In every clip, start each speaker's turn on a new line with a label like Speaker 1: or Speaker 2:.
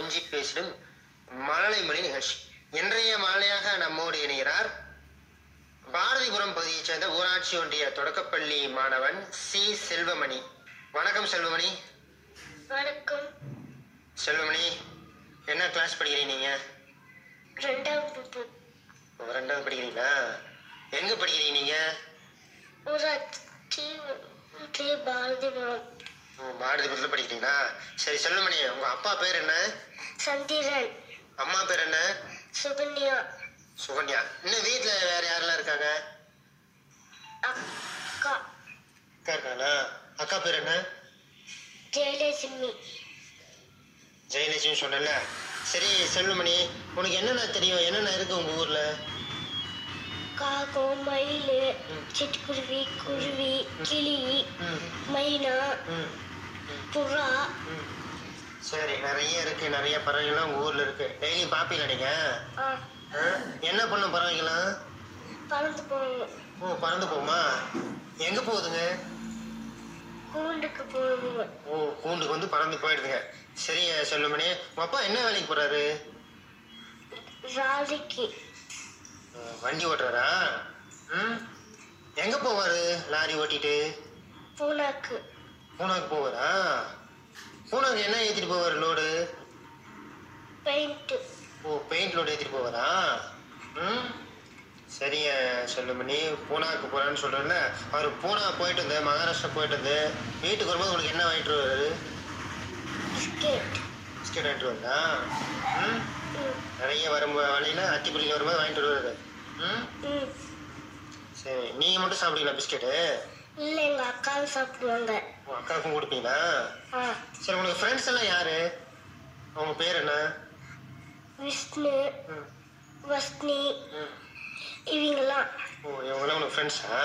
Speaker 1: இன்றி பேசிடும் மழலை மணி நிகழ்ச்சி இன்றைய மாலையாக நம்மோடு இணைகிறார் பாரதிபுரம் பகுதியைச் சேர்ந்த ஊராட்சி ஒன்றிய தொடக்கப்பள்ளி மாணவன் சி செல்வமணி வணக்கம் செல்வமணி
Speaker 2: வணக்கம்
Speaker 1: செல்வமணி என்ன கிளாஸ் படிக்கிறீங்க நீங்க
Speaker 2: ரெண்டாம் வகுப்பு
Speaker 1: ரெண்டாவது படிக்கிறீங்களா எங்க படிக்கிறீங்க நீங்க
Speaker 2: ஊராட்சி ஒன்றிய பாரதிபுரம்
Speaker 1: ஓ, பாரதிபுரத்தில் படிக்கிறீங்களா சரி செல்வமணி உங்க அப்பா பேர் என்ன
Speaker 2: சந்திரன்
Speaker 1: அம்மா பேர் என்ன
Speaker 2: சுகன்யா
Speaker 1: சுகன்யா இன்னும் வீட்டுல வேற யாரெல்லாம் இருக்காங்க
Speaker 2: அக்கா
Speaker 1: அக்கா இருக்காங்களா அக்கா பேர் என்ன
Speaker 2: ஜெயலட்சுமி
Speaker 1: ஜெயலட்சுமி சொன்னல சரி செல்வமணி உனக்கு என்னென்ன தெரியும் என்னென்ன இருக்கு உங்க ஊர்ல
Speaker 2: காகம் மயில் சிட்டுக்குருவி குருவி கிளி மைனா புறா
Speaker 1: சரி நிறைய இருக்கு நிறைய பறவைகள்லாம் உங்க ஊர்ல இருக்கு டெய்லி பாப்பீங்களா நீங்க
Speaker 2: ஆ,
Speaker 1: ஆ? என்ன பண்ணும் பறவைகள்லாம்
Speaker 2: பறந்து போகணும்
Speaker 1: ஓ பறந்து போகுமா எங்க போகுதுங்க
Speaker 2: கூண்டுக்கு போகணும்
Speaker 1: ஓ கூண்டுக்கு வந்து பறந்து போயிடுதுங்க சரி செல்வமணி உங்க அப்பா என்ன வேலைக்கு போறாரு
Speaker 2: ராதிக்கு
Speaker 1: ஆ, வண்டி ஓட்டுறாரா ம் எங்க போவாரு லாரி ஓட்டிட்டு
Speaker 2: பூனாக்கு
Speaker 1: பூனாக்கு போவாரா பூனாக்கு என்ன ஏத்திட்டு போவாரு லோடு
Speaker 2: பெயிண்ட்டு
Speaker 1: ஓ பெயிண்ட் லோட் ஏற்றிட்டு போவதா ம் சரிங்க சொல்லுமணி பூனாவுக்கு போகிறான்னு சொல்கிறேன்ல அவர் பூனா போயிட்டு வந்து மகாராஷ்டிரா போயிட்டு வந்து வீட்டுக்கு வரும்போது உனக்கு என்ன வாங்கிட்டு வருவாரு
Speaker 2: பிஸ்கெட்
Speaker 1: பிஸ்கெட் வாங்கிட்டு வருவா ம்
Speaker 2: ம்
Speaker 1: நிறைய வரும் வழியில் அத்திப்பள்ளியில் வரும்போது வாங்கிட்டு வருவாரு ம்
Speaker 2: ம்
Speaker 1: சரி நீங்கள் மட்டும் சாப்பிடுவீங்களா பிஸ்கெட்டு
Speaker 2: இல்லை எங்கள் அக்காவும் சாப்பிடுவாங்க
Speaker 1: உங்கள் அக்காவுக்கும் கொடுப்பீங்களா
Speaker 2: ஆ
Speaker 1: சரி உங்களுக்கு ஃப்ரெண்ட்ஸ் எல்லாம் யார் அவங்க பேர் என்ன
Speaker 2: விஷ்ணு
Speaker 1: ம்
Speaker 2: வஸ்னி
Speaker 1: ம்
Speaker 2: இவங்கெல்லாம்
Speaker 1: ஓ இவங்களாம் உனக்கு ஃப்ரெண்ட்ஸா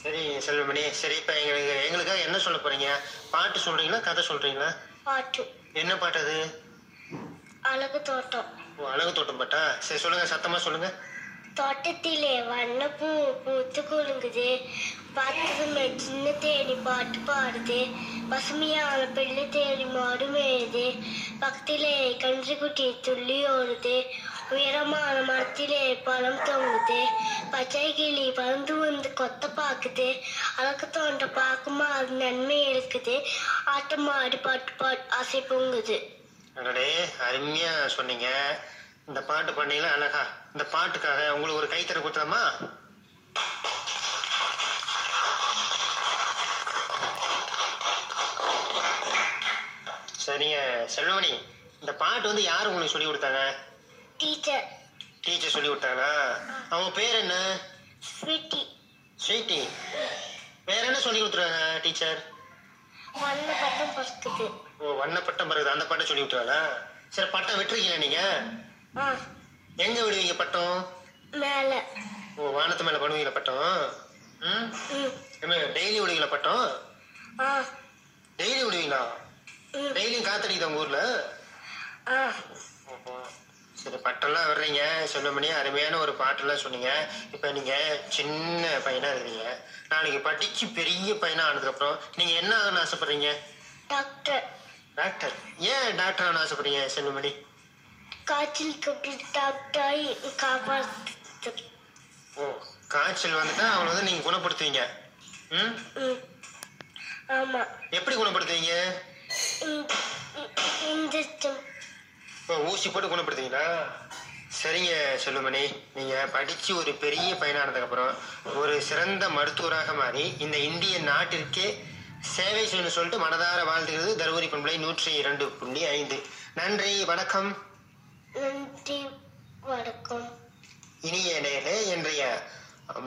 Speaker 1: சரி செல்வமணி சரி இப்போ எங்களுக்கு எங்களுக்காக என்ன சொல்ல போறீங்க பாட்டு சொல்றீங்களா கதை சொல்றீங்களா
Speaker 2: பாட்டு
Speaker 1: என்ன பாட்டு அது
Speaker 2: அழகு தோட்டம்
Speaker 1: ஓ அழகு தோட்டம் பாட்டா சரி சொல்லுங்க சத்தமா சொல்லுங்க
Speaker 2: தோட்டத்திலே வண்ணப்பூ பூத்து குலுங்குது பார்த்ததுமே சின்ன தேனி பாட்டு பாடுது பசுமையான பிள்ளை தேனி மாடு மேயுது பக்கத்திலே கன்றுக்குட்டி துள்ளி ஓடுது உயரமான மரத்திலே பழம் தொங்குது பச்சை கிளி பறந்து வந்து கொத்த பார்க்குது அழகு தோண்ட பார்க்குமா அது நன்மை இருக்குது ஆட்டம் ஆடி பாட்டு பாட்டு ஆசை பொங்குது
Speaker 1: அடடே அருமையா சொன்னீங்க இந்த பாட்டு பண்ணீங்களா அழகா இந்த பாட்டுக்காக உங்களுக்கு ஒரு கைத்தறி கொடுத்தலாமா சரிங்க செல்வமணி இந்த பாட்டு வந்து யார் உங்களுக்கு சொல்லி கொடுத்தாங்க
Speaker 2: டீச்சர்
Speaker 1: டீச்சர் சொல்லி விட்டாங்களா அவங்க பேர் என்ன
Speaker 2: ஸ்வீட்டி
Speaker 1: ஸ்வீட்டி வேற என்ன சொல்லி கொடுத்துருக்காங்க டீச்சர்
Speaker 2: மண்ணை பட்டம் பறக்குது
Speaker 1: ஓ வண்ண பட்டம் பிறகு அந்த பட்டம் சொல்லி விட்டாங்களா சரி பட்டம் விட்டுருக்கீங்களா நீங்க
Speaker 2: ஆ
Speaker 1: எங்க விடுவீங்க பட்டம்
Speaker 2: மேல
Speaker 1: ஓ வானத்து மேல பண்ணுவீங்களா பட்டம் ம்
Speaker 2: ம்
Speaker 1: டெய்லி விடுவீங்களா பட்டம்
Speaker 2: ஆ
Speaker 1: டெய்லி விடுவீங்களா
Speaker 2: ம்
Speaker 1: டெய்லியும் காத்தடிக்குது உங்க ஊர்ல
Speaker 2: ஆ
Speaker 1: ஓஹோ. சரி பட்டெல்லாம் வர்றீங்க செல்வமணி அருமையான ஒரு பாட்டெல்லாம் சொன்னீங்க இப்போ நீங்க சின்ன பையனா இருக்கீங்க நாளைக்கு படிச்சு பெரிய பையனா ஆனதுக்கப்புறம் நீங்க என்ன ஆகணும்னு ஆசைப்படுறீங்க
Speaker 2: டாக்டர்
Speaker 1: டாக்டர் ஏன் டாக்டர் ஆகணும் ஆசைப்படுறீங்க செல்வமணி
Speaker 2: காய்ச்சல் கட்டி டாக்டராய் காப்பாற்று
Speaker 1: ஓ காய்ச்சல் வந்துட்டா அவளை வந்து நீங்க குணப்படுத்துவீங்க ம்
Speaker 2: ம் ஆமாம்
Speaker 1: எப்படி குணப்படுத்துவீங்க
Speaker 2: இந்திரிச்சம்
Speaker 1: இப்போ ஊசி போட்டு குணப்படுத்துவீங்களா சரிங்க செல்வமணி நீங்க படிச்சு ஒரு பெரிய பையனானதுக்கப்புறம் ஒரு சிறந்த மருத்துவராக மாறி இந்த இந்திய நாட்டிற்கே சேவை செய்யணும்னு சொல்லிட்டு மனதார வாழ்த்துகிறது தருமபுரி பண்பலை நூற்றி இரண்டு புள்ளி ஐந்து நன்றி வணக்கம்
Speaker 2: நன்றி வணக்கம்
Speaker 1: இனிய நேரே இன்றைய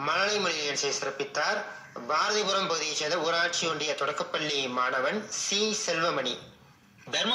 Speaker 1: மழலை மொழி நிகழ்ச்சியை சிறப்பித்தார் பாரதிபுரம் பகுதியைச் சேர்ந்த ஊராட்சி ஒன்றிய தொடக்கப்பள்ளி மாணவன் சி செல்வமணி தர்ம